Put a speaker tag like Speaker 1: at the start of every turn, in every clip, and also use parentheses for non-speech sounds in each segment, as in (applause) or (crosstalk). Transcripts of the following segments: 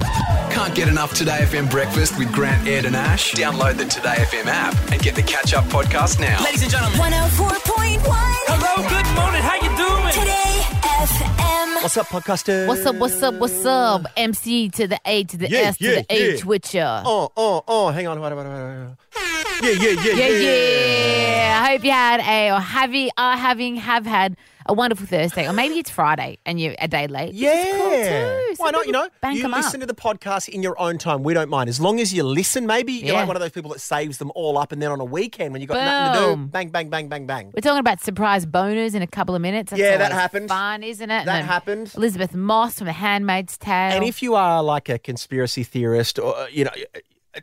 Speaker 1: Can't get enough Today FM breakfast with Grant, Ed, and Ash? Download the Today FM app and get the catch up podcast now.
Speaker 2: Ladies and gentlemen,
Speaker 3: 104.1
Speaker 2: hello, good morning, how you doing?
Speaker 3: Today FM.
Speaker 4: What's up, podcaster?
Speaker 5: What's up, what's up, what's up? MC to the A to the
Speaker 4: Yeah,
Speaker 5: S to
Speaker 4: yeah,
Speaker 5: the H
Speaker 4: yeah.
Speaker 5: with ya.
Speaker 4: Oh, oh, oh, hang on. Wait, wait, wait, wait, wait. Yeah, yeah, yeah,
Speaker 5: Yeah,
Speaker 4: yeah.
Speaker 5: yeah. I hope you had a or have you are having have had a wonderful Thursday. Or maybe it's Friday and you're a day late. which is cool
Speaker 4: Yeah.
Speaker 5: too. So
Speaker 4: Why not? You
Speaker 5: maybe
Speaker 4: know,
Speaker 5: bank
Speaker 4: you
Speaker 5: 'em
Speaker 4: listen
Speaker 5: up.
Speaker 4: to the podcast in your own time. We don't mind. As long as you listen, maybe you're
Speaker 5: Yeah.
Speaker 4: like one of those people that saves them all up and then on a weekend when you've got nothing to do,
Speaker 5: Boom.
Speaker 4: bang, bang, bang, bang, bang.
Speaker 5: We're talking about surprise boners in a couple of minutes. That's
Speaker 4: Yeah, that
Speaker 5: always
Speaker 4: happened.
Speaker 5: Fun, isn't it? And
Speaker 4: That
Speaker 5: then
Speaker 4: happened.
Speaker 5: Elizabeth Moss from The Handmaid's Tale.
Speaker 4: And if you are like a conspiracy theorist or, uh, you know, uh,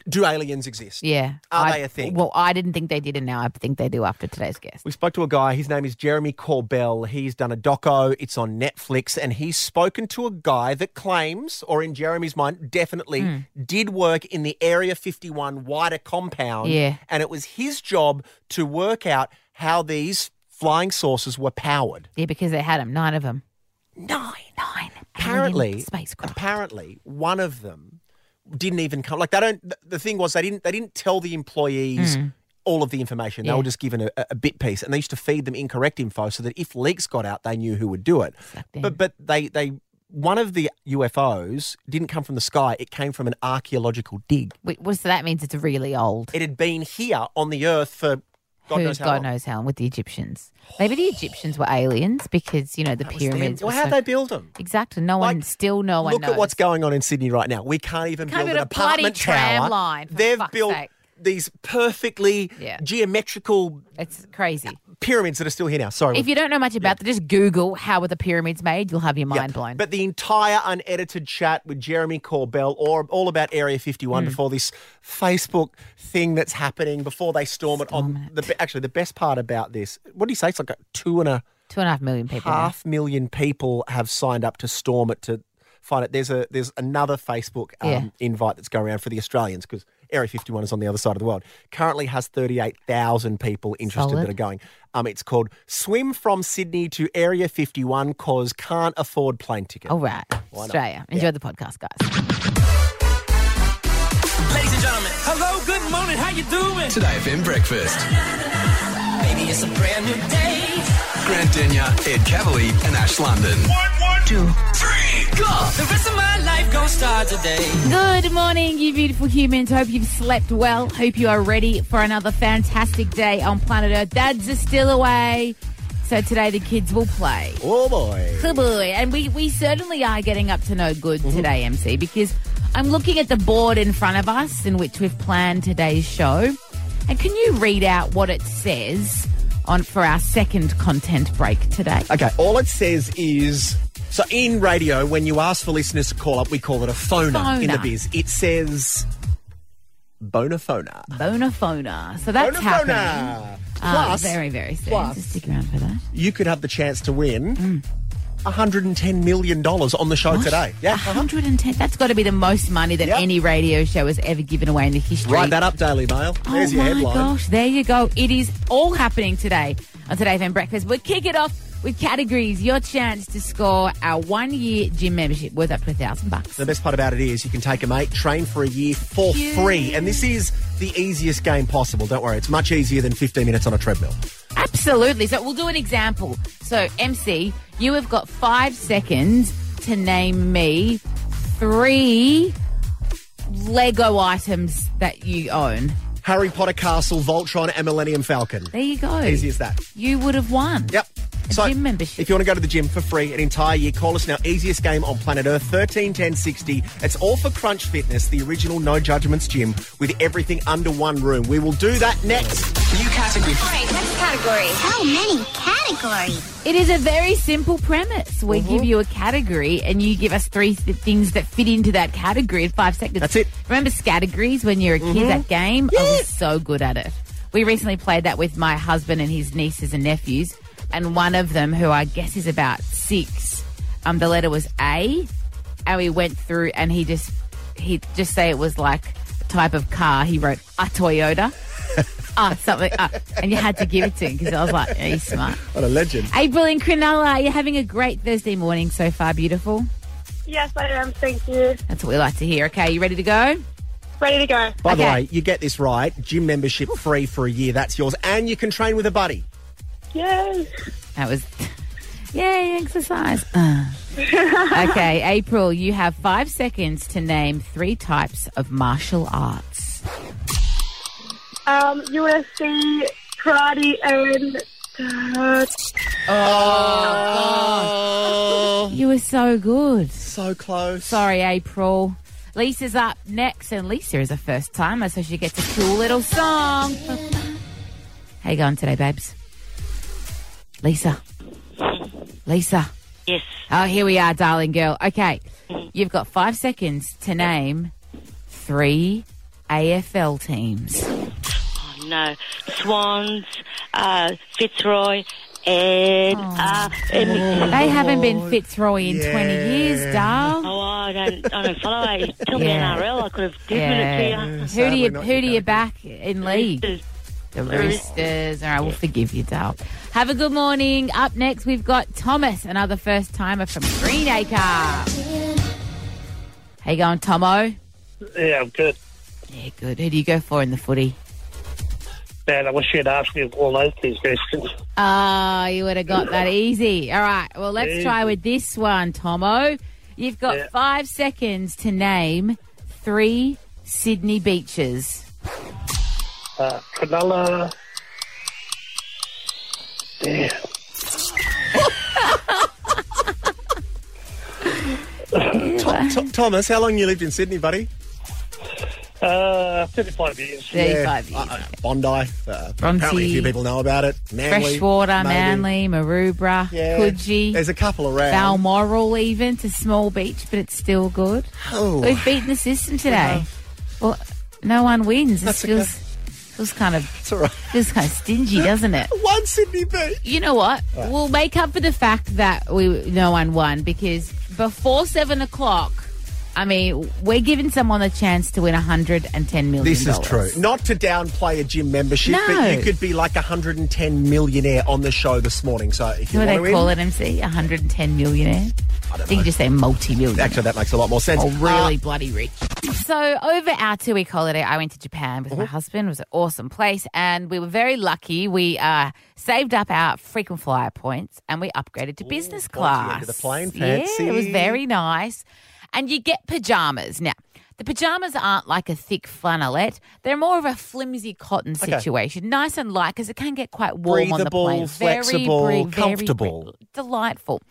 Speaker 4: do aliens exist?
Speaker 5: yeah,
Speaker 4: Are
Speaker 5: I-
Speaker 4: they a thing?
Speaker 5: Well, I didn't think they did, and now I think they do after today's guest.
Speaker 4: We spoke to a guy. His name is Jeremy Corbell. He's done a doco. It's on Netflix, and he's spoken to a guy that claims, or in Jeremy's mind, definitely did work in the Area 51 wider compound.
Speaker 5: Yeah.
Speaker 4: and it was his job to work out how these flying saucers were powered.
Speaker 5: Yeah, because they had them, nine of them.
Speaker 4: Nine.
Speaker 5: Nine.
Speaker 4: Apparently,
Speaker 5: alien spacecraft.
Speaker 4: apparently, one of them didn't even come. Like they don't. th- The thing was, they didn't. They didn't tell the employees. All of the information. They
Speaker 5: Hmm. Yeah.
Speaker 4: were just given a, a bit piece, and they used to feed them incorrect info so that if leaks got out, they knew who would do it.
Speaker 5: in.
Speaker 4: But but they they one of the UFOs didn't come from the sky. It came from an archaeological dig.
Speaker 5: Wait, what, so that means it's really old.
Speaker 4: It had been here on the Earth for God
Speaker 5: Who
Speaker 4: knows how
Speaker 5: God
Speaker 4: long.
Speaker 5: knows how long with the Egyptians. Maybe the Egyptians were aliens because you know the
Speaker 4: It was them.
Speaker 5: pyramids.
Speaker 4: Well,
Speaker 5: were
Speaker 4: how'd
Speaker 5: so-
Speaker 4: they build them?
Speaker 5: exactly. No one.
Speaker 4: Like,
Speaker 5: Still, no one.
Speaker 4: Look
Speaker 5: knows.
Speaker 4: at what's going on in Sydney right now. We can't even
Speaker 5: Can't
Speaker 4: build an
Speaker 5: build a bloody
Speaker 4: apartment
Speaker 5: tram
Speaker 4: tower.
Speaker 5: line, for
Speaker 4: They've
Speaker 5: fuck's
Speaker 4: built
Speaker 5: sake.
Speaker 4: these perfectly
Speaker 5: Yeah.
Speaker 4: geometrical
Speaker 5: It's crazy.
Speaker 4: pyramids that are still here now. Sorry.
Speaker 5: If you don't know much about them, just Google how were the pyramids made. You'll have your
Speaker 4: Yeah.
Speaker 5: mind blown.
Speaker 4: But the entire unedited chat with Jeremy Corbell, or all about Area 51
Speaker 5: Hmm.
Speaker 4: before this Facebook thing that's happening before they storm, it on the be- actually the best part about this. What do you say? It's like a two and a
Speaker 5: Two and a half million people. now.
Speaker 4: half million people have signed up to storm it to find it. There's a there's another Facebook um,
Speaker 5: Yeah.
Speaker 4: invite that's going around for the Australians because Area 51 is on the other side of the world. Currently has 38,000 people interested
Speaker 5: Solid.
Speaker 4: that are going. Um, it's called Swim from Sydney to Area 51 cause can't afford plane ticket.
Speaker 5: All right, Australia. Enjoy the podcast, guys.
Speaker 2: Ladies and gentlemen, hello, good morning, how you doing?
Speaker 1: Today FM breakfast.
Speaker 2: Baby, it's a brand new day.
Speaker 1: Grant Denyer, Ed Cavalier, and Ash London.
Speaker 2: One, one, two, three, go. Uh, The rest of my life gonna start today.
Speaker 5: Good morning, you beautiful humans. Hope you've slept well. Hope you are ready for another fantastic day on planet Earth. Dads are still away, so today the kids will play.
Speaker 4: Oh boy.
Speaker 5: Good boy. And we, we certainly are getting up to no good
Speaker 4: Mm-hmm.
Speaker 5: today, MC, because I'm looking at the board in front of us in which we've planned today's show. And can you read out what it says on for our second content break today?
Speaker 4: Okay, all it says is so in radio, when you ask for listeners to call up, we call it a phoner, in the
Speaker 5: Phoner.
Speaker 4: biz. It says bonaphona.
Speaker 5: Bonafona. So that's happening. Uh,
Speaker 4: Plus,
Speaker 5: very, very soon.
Speaker 4: plus-
Speaker 5: Just stick around for that.
Speaker 4: you could have the chance to win $110 million on the show today. Yeah. uh-huh.
Speaker 5: 110. That's got to be the most money that
Speaker 4: Yep.
Speaker 5: any radio show has ever given away in the history.
Speaker 4: Write that up, Daily Mail. There's
Speaker 5: oh
Speaker 4: your
Speaker 5: my
Speaker 4: headline.
Speaker 5: gosh, there you go. It is all happening today on Today FM Breakfast. We'll kick it off with categories. Your chance to score our one year gym membership worth up to a thousand bucks.
Speaker 4: The best part about it is you can take a mate, train for a year for
Speaker 5: Cute.
Speaker 4: free. And this is the easiest game possible. Don't worry, it's much easier than 15 minutes on a treadmill.
Speaker 5: Absolutely. So we'll do an example. So MC, you have got five seconds to name me three Lego items that you own.
Speaker 4: Harry Potter Castle, Voltron, and Millennium Falcon.
Speaker 5: There you go.
Speaker 4: Easy as that.
Speaker 5: You would have won.
Speaker 4: Yep.
Speaker 5: A gym membership.
Speaker 4: If you want to go to the gym for free an entire year, call us now. Easiest game on planet Earth, 131060. It's all for Crunch Fitness, the original no judgments gym with everything under one room. We will do that next.
Speaker 1: New category.
Speaker 3: Alright, next category. So many categories.
Speaker 5: It is a very simple premise. We
Speaker 4: Mm-hmm.
Speaker 5: give you a category and you give us three th- things that fit into that category in five seconds.
Speaker 4: That's it. Mm-hmm.
Speaker 5: Remember categories when you're a kid, that game? I was so good at it. We recently played that with my husband and his nieces and nephews. And one of them, who I guess is about six, um, the letter was A. And we went through and he just, he just say it was like a type of car. He wrote
Speaker 4: (laughs)
Speaker 5: a Toyota. Ah, something, ah, and you had to give it to him because I was like, yeah, he's smart.
Speaker 4: What a legend.
Speaker 5: April in Cronulla, are you having a great Thursday morning so far, beautiful?
Speaker 6: Yes, I am. Thank you.
Speaker 5: That's what we like to hear. Okay, you ready to go?
Speaker 6: Ready to go.
Speaker 4: By the
Speaker 5: Okay.
Speaker 4: way, you get this right. Gym membership free for a year. That's yours. And you can train with a buddy.
Speaker 6: Yes.
Speaker 5: That was. (laughs) Yay, exercise. Uh. okay, April, you have five seconds to name three types of martial arts.
Speaker 6: Um, USC, karate, and uh,
Speaker 4: Oh,
Speaker 5: You were so good.
Speaker 4: so close.
Speaker 5: Sorry, April. Lisa's up next, and Lisa is a first timer, so she gets a cool little song. How you going today, babes? Lisa. Lisa.
Speaker 7: Yes.
Speaker 5: Oh, here we are, darling girl. Okay. You've got five seconds to name three AFL teams.
Speaker 7: Oh, no. Swans, uh, Fitzroy, and
Speaker 5: Oh.
Speaker 7: uh, Edmonton.
Speaker 5: They haven't been Fitzroy in 20
Speaker 4: Yeah.
Speaker 5: years, darling.
Speaker 7: Oh, I don't, I don't follow. You Tell
Speaker 5: Yeah.
Speaker 7: me NRL. I could have given
Speaker 5: Yeah.
Speaker 7: it to
Speaker 5: Who do
Speaker 4: Sadly
Speaker 5: you
Speaker 4: not
Speaker 5: who
Speaker 4: your
Speaker 5: do you back in league?
Speaker 7: you.
Speaker 5: The
Speaker 7: Roosters.
Speaker 5: Roosters. All right, we'll forgive you, Dal. Have a good morning. Up next, we've got Thomas, another first timer from Greenacre. How you going, Tomo?
Speaker 8: Yeah, I'm good.
Speaker 5: Yeah, good. Who do you go for in the footy?
Speaker 8: Man, I wish you'd asked me all those these questions.
Speaker 5: Oh, you would have got that easy. All right, well, let's
Speaker 8: Easy.
Speaker 5: try with this one, Tomo. You've got
Speaker 8: Yeah.
Speaker 5: five seconds to name three Sydney beaches.
Speaker 8: Uh, Cronulla. Damn.
Speaker 4: Tom- Tom- Thomas, how long you lived in Sydney, buddy?
Speaker 8: Uh, 35 years.
Speaker 5: 35 years.
Speaker 4: Uh, uh, Bondi. Uh, apparently, a
Speaker 5: Bronte.
Speaker 4: few people know about it. Manly,
Speaker 5: Freshwater,
Speaker 4: maybe.
Speaker 5: Manly, Maroubra,
Speaker 4: Yeah.
Speaker 5: Coogee.
Speaker 4: There's a couple around.
Speaker 5: Balmoral, even to small beach, but it's still good.
Speaker 4: Oh.
Speaker 5: We've beaten the system today. Well, no one wins. It
Speaker 4: That's okay.
Speaker 5: feels feels kind of
Speaker 4: It's all right.
Speaker 5: feels kind of stingy, doesn't
Speaker 4: (laughs)
Speaker 5: it?
Speaker 4: One Sydney beach.
Speaker 5: You know what? We'll make up for the fact that we no one won because before seven o'clock, I mean, we're giving someone the chance to win hundred and ten million.
Speaker 4: This is true. Not to downplay a gym membership,
Speaker 5: No.
Speaker 4: but you could be like a 110 millionaire on the show this morning. So if you
Speaker 5: What
Speaker 4: want
Speaker 5: do
Speaker 4: to
Speaker 5: they
Speaker 4: win,
Speaker 5: call it, MC? 110 millionaire? I
Speaker 4: don't
Speaker 5: think you
Speaker 4: know.
Speaker 5: just say multi-millionaire.
Speaker 4: actually that makes a lot more sense.
Speaker 5: Oh, really
Speaker 4: Uh,
Speaker 5: bloody rich. So, over our two week holiday, I went to Japan with my
Speaker 4: Uh-huh.
Speaker 5: husband. It was an awesome place, and we were very lucky. We uh, saved up our frequent flyer points and we upgraded to business
Speaker 4: fancy
Speaker 5: class.
Speaker 4: end of the plane,
Speaker 5: Yeah, it was
Speaker 4: fancy.
Speaker 5: very nice. And you get pajamas. Now, the pajamas aren't like a thick flannelette, they're more of a flimsy cotton situation. Nice and light because it can get quite warm on the
Speaker 4: Breathable,
Speaker 5: plane. Very
Speaker 4: flexible,
Speaker 5: bri- very
Speaker 4: comfortable.
Speaker 5: bri- delightful.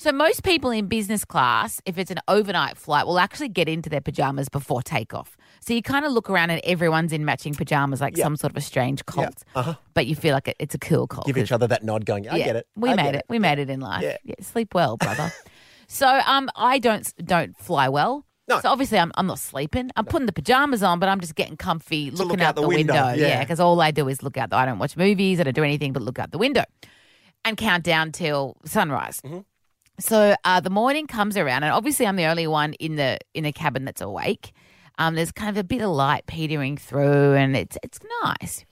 Speaker 5: So most people in business class, if it's an overnight flight, will actually get into their pajamas before takeoff. So you kind of look around and everyone's in matching pajamas, like some sort of a strange cult. But you feel like it, it's a cool cult.
Speaker 4: Uh-huh. give each other that nod going, I
Speaker 5: Yeah,
Speaker 4: get it.
Speaker 5: We
Speaker 4: I
Speaker 5: made
Speaker 4: get
Speaker 5: it. We made it in life.
Speaker 4: Yeah.
Speaker 5: Yeah, sleep well, brother. (laughs) so um, I don't don't fly well.
Speaker 4: No.
Speaker 5: So obviously I'm, I'm not sleeping. I'm putting the pajamas on, but I'm just getting comfy, looking
Speaker 4: look
Speaker 5: out,
Speaker 4: out the
Speaker 5: the window.
Speaker 4: window,
Speaker 5: Yeah,
Speaker 4: yeah.
Speaker 5: because all I do is look out. The, I don't watch movies. I don't do anything but look out the window and count down till sunrise. So uh, the morning comes around, and obviously I'm the only one in the in the cabin that's awake. Um, there's kind of a bit of light petering through, and it's it's nice.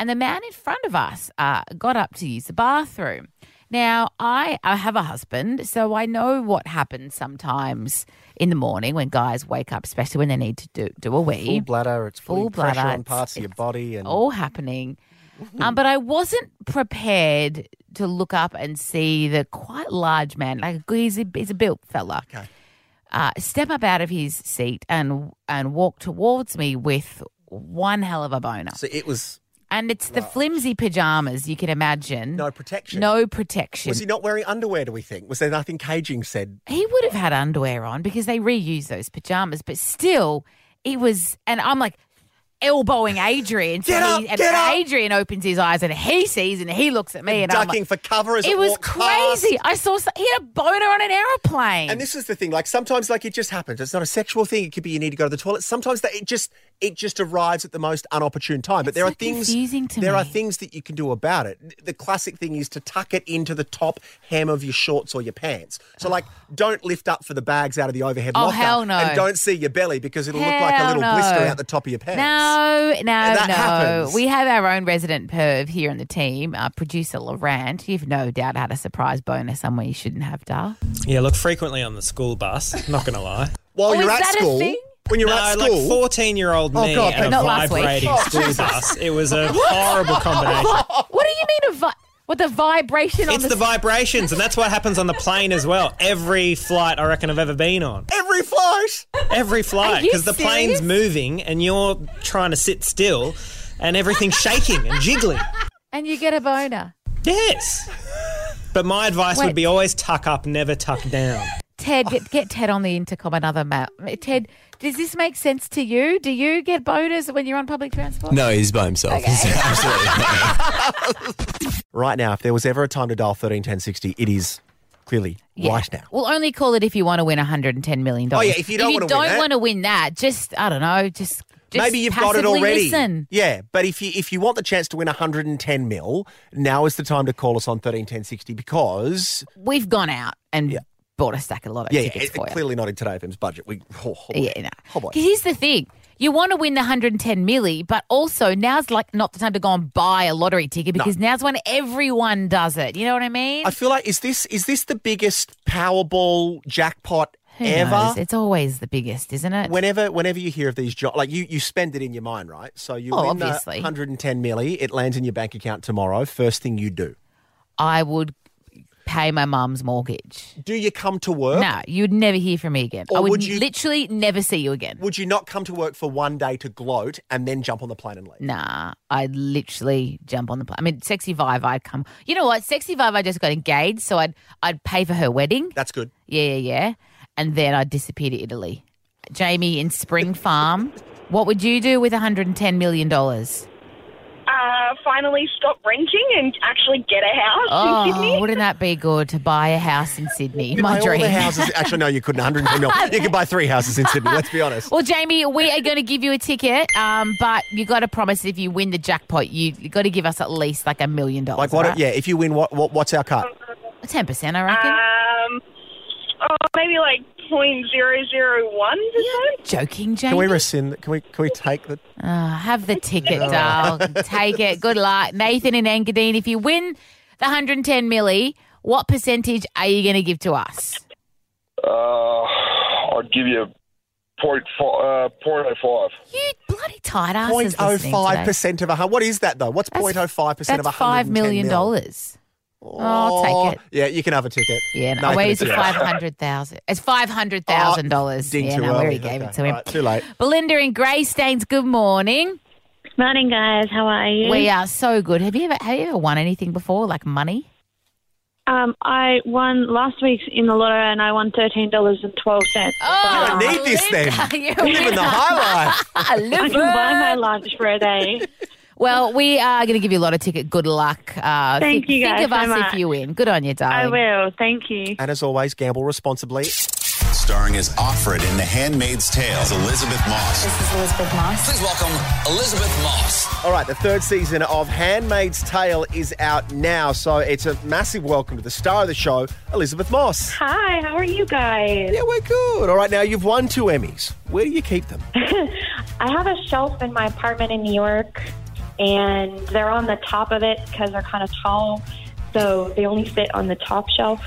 Speaker 5: And the man in front of us uh, got up to use the bathroom. Now I, I have a husband, so I know what happens sometimes in the morning when guys wake up, especially when they need to do do a wee
Speaker 4: Full bladder, it's
Speaker 5: Full
Speaker 4: full pressure
Speaker 5: bladder,
Speaker 4: on
Speaker 5: it's-
Speaker 4: parts of your body. and
Speaker 5: all happening. Um, but I wasn't prepared to look up and see the quite large man. Like he's a, he's a built fella. Okay. Uh, step up out of his seat and and walk towards me with one hell of a boner.
Speaker 4: So it was
Speaker 5: And it's the flimsy pajamas you can imagine.
Speaker 4: no protection.
Speaker 5: No protection.
Speaker 4: Was he not wearing underwear, do we think? Was there nothing caging said?
Speaker 5: He would have had underwear on because they reuse those pajamas, but still, it was. And I'm like elbowing Adrian. so
Speaker 4: Get up,
Speaker 5: he- and
Speaker 4: get up.
Speaker 5: Adrian opens his eyes and he sees and he looks at me and I'm
Speaker 4: Ducking
Speaker 5: like,
Speaker 4: for cover as it,
Speaker 5: it was
Speaker 4: walked past?
Speaker 5: crazy. I saw so- he had a boner on an aeroplane.
Speaker 4: And this is the thing, like sometimes like it just happens. It's not a sexual thing. It could be you need to go to the toilet. Sometimes that it just it just arrives at the most unopportune time. But
Speaker 5: It's
Speaker 4: there
Speaker 5: so
Speaker 4: are things
Speaker 5: confusing to
Speaker 4: there are
Speaker 5: me.
Speaker 4: things that you can do about it. The classic thing is to tuck it into the top hem of your shorts or your pants. So
Speaker 5: (sighs)
Speaker 4: like don't lift up for the bags out of the overhead
Speaker 5: Oh,
Speaker 4: locker
Speaker 5: hell no.
Speaker 4: and don't see your belly because it'll look like a
Speaker 5: Hell
Speaker 4: little
Speaker 5: no.
Speaker 4: blister out the top of your pants.
Speaker 5: No, no,
Speaker 4: That
Speaker 5: no.
Speaker 4: happens.
Speaker 5: We have our own resident perv here in the team, uh, producer Laurent. You've no doubt had a surprise bonus somewhere you shouldn't have,
Speaker 4: (laughs)
Speaker 5: Dar.
Speaker 9: Yeah, look, frequently on the school bus, not going to lie.
Speaker 4: While
Speaker 5: Oh,
Speaker 4: you're
Speaker 5: is
Speaker 4: at
Speaker 5: that a
Speaker 4: school,
Speaker 5: thing?
Speaker 4: when you're
Speaker 9: No,
Speaker 4: at
Speaker 9: like
Speaker 4: school,
Speaker 9: 14 year old me
Speaker 4: God,
Speaker 9: and
Speaker 5: Oh, not
Speaker 9: a
Speaker 5: last week.
Speaker 9: vibrating
Speaker 4: Oh,
Speaker 9: school bus. It was a horrible combination.
Speaker 5: What do you mean a vi- with the vibration on
Speaker 9: It's the vibrations, and that's what happens on the plane as well. Every flight I reckon I've ever been on.
Speaker 4: every flight.
Speaker 9: Every flight,
Speaker 5: you
Speaker 9: because the
Speaker 5: serious?
Speaker 9: plane's moving and you're trying to sit still and everything's shaking and jiggling.
Speaker 5: and you get a boner?
Speaker 9: Yes. But my advice
Speaker 5: Wait.
Speaker 9: would be always tuck up, never tuck down.
Speaker 5: Ted, get, get Ted on the intercom another map. Ted, does this make sense to you? Do you get boners when you're on public transport?
Speaker 10: No, he's by himself. He's (laughs) absolutely.
Speaker 4: (laughs) Right now, if there was ever a time to dial 13 10 60, it is clearly
Speaker 5: Yeah.
Speaker 4: right now.
Speaker 5: We'll only call it if you want to win $110 million.
Speaker 4: Oh, yeah, if you don't wanna win that-
Speaker 5: want to win that, just, I don't know, just, just
Speaker 4: Maybe you've got it
Speaker 5: passively
Speaker 4: already.
Speaker 5: Listen.
Speaker 4: Yeah, but if you if you want the chance to win 110 mil, now is the time to call us on 13 10 60 because
Speaker 5: We've gone out and bought a stack of lotto
Speaker 4: yeah, yeah,
Speaker 5: tickets
Speaker 4: it-
Speaker 5: for you.
Speaker 4: clearly not in today FM's budget. We (laughs) oh, oh, boy.
Speaker 5: Yeah, no.
Speaker 4: Oh, boy.
Speaker 5: 'Cause Here's the thing. You want to win the 110 milli, but also now's like not the time to go and buy a lottery ticket because now's when everyone does it. You know what I mean?
Speaker 4: I feel like is this is this the biggest Powerball jackpot
Speaker 5: Who
Speaker 4: ever?
Speaker 5: knows? It's always the biggest, isn't it?
Speaker 4: Whenever, whenever you hear of these jobs, like you, you spend it in your mind, right? So you
Speaker 5: Oh,
Speaker 4: win the
Speaker 5: obviously.
Speaker 4: 110 milli, it lands in your bank account tomorrow. First thing you do,
Speaker 5: I would pay my mum's mortgage.
Speaker 4: do you come to work?
Speaker 5: No, you'd never hear from me again.
Speaker 4: Or
Speaker 5: I would,
Speaker 4: would you-
Speaker 5: literally never see you again.
Speaker 4: Would you not come to work for one day to gloat and then jump on the plane and leave?
Speaker 5: Nah, I'd literally jump on the plane. I mean, sexy vibe. I'd come. You know what? Sexy vibe. I just got engaged, so I'd I'd pay for her wedding.
Speaker 4: That's good.
Speaker 5: Yeah, yeah, yeah. And then I'd disappear to Italy. Jamie in Spring Farm, what would you do with $110 million? Oh,
Speaker 6: Uh, finally stop renting and actually get a house
Speaker 5: Ah.
Speaker 6: in Sydney.
Speaker 5: Oh, wouldn't that be good to buy a house in Sydney? My
Speaker 4: Buy all
Speaker 5: dream.
Speaker 4: the
Speaker 5: (laughs)
Speaker 4: houses. Actually, no, you couldn't. 110 mil. You could buy three houses in Sydney. Let's be honest.
Speaker 5: Well, Jamie, we are going to give you a ticket, um, but you got to promise if you win the jackpot, you you got to give us at least like a million dollars.
Speaker 4: Like what?
Speaker 5: all right?
Speaker 4: Yeah. If you win, what, what? What's our cut?
Speaker 5: Oh, 10%, I reckon.
Speaker 6: Um, oh, maybe like point zero zero one percent.
Speaker 5: Joking, Jamie.
Speaker 4: Can we rescind? Can we? Can we take the?
Speaker 5: Oh, have the ticket, darl. Take it. Good luck. Nathan and Engadine, if you win the 110 milli, what percentage are you going to give to us?
Speaker 11: Uh, I'd give you point five, uh, point oh five.
Speaker 5: You bloody tight ass.
Speaker 4: 0.05 percent of a hundred. What is that though? What's 0.05 percent of a
Speaker 5: That's five million dollars. Oh, I'll take it.
Speaker 4: Yeah, you can have a ticket.
Speaker 5: Yeah,
Speaker 4: Nathan,
Speaker 5: no, where's
Speaker 4: it's
Speaker 5: the
Speaker 4: yours.
Speaker 5: five hundred thousand? It's five hundred thousand dollars.
Speaker 4: Ding
Speaker 5: Yeah,
Speaker 4: too
Speaker 5: no, we
Speaker 4: early.
Speaker 5: already gave
Speaker 4: Okay,
Speaker 5: it to him.
Speaker 4: alright, too late.
Speaker 5: Belinda and Grey Stains. Good morning.
Speaker 7: Morning, guys. How are you?
Speaker 5: We are so good. Have you ever have you ever won anything before, like money?
Speaker 6: Um, I won last week's in the lotto and I won thirteen dollars and twelve cents.
Speaker 5: Oh,
Speaker 4: don't need this then.
Speaker 5: you
Speaker 4: Even (laughs) the highlight.
Speaker 6: (laughs) I can buy my lunch for
Speaker 5: (laughs)
Speaker 6: a day.
Speaker 5: Well, we are going to give you a lot of ticket. Good luck. Uh,
Speaker 6: Thank
Speaker 5: thi-
Speaker 6: you
Speaker 5: Think
Speaker 6: guys
Speaker 5: of us
Speaker 6: so
Speaker 5: if
Speaker 6: much.
Speaker 5: you win. Good on you,
Speaker 6: I
Speaker 5: darling.
Speaker 6: will. Thank you.
Speaker 4: And as always, gamble responsibly.
Speaker 10: Starring as Offred in The Handmaid's Tale, it's Elizabeth Moss.
Speaker 2: This is Elizabeth Moss. Please welcome Elizabeth Moss.
Speaker 4: All right, the third season of Handmaid's Tale is out now, so it's a massive welcome to the star of the show, Elizabeth Moss.
Speaker 6: Hi, how are you guys?
Speaker 4: Yeah, we're good. All right, now you've won two Emmys. Where do you keep them?
Speaker 6: I have a shelf in my apartment in New York, and they're on the top of it because they're kind of tall, so they only fit on the top shelf.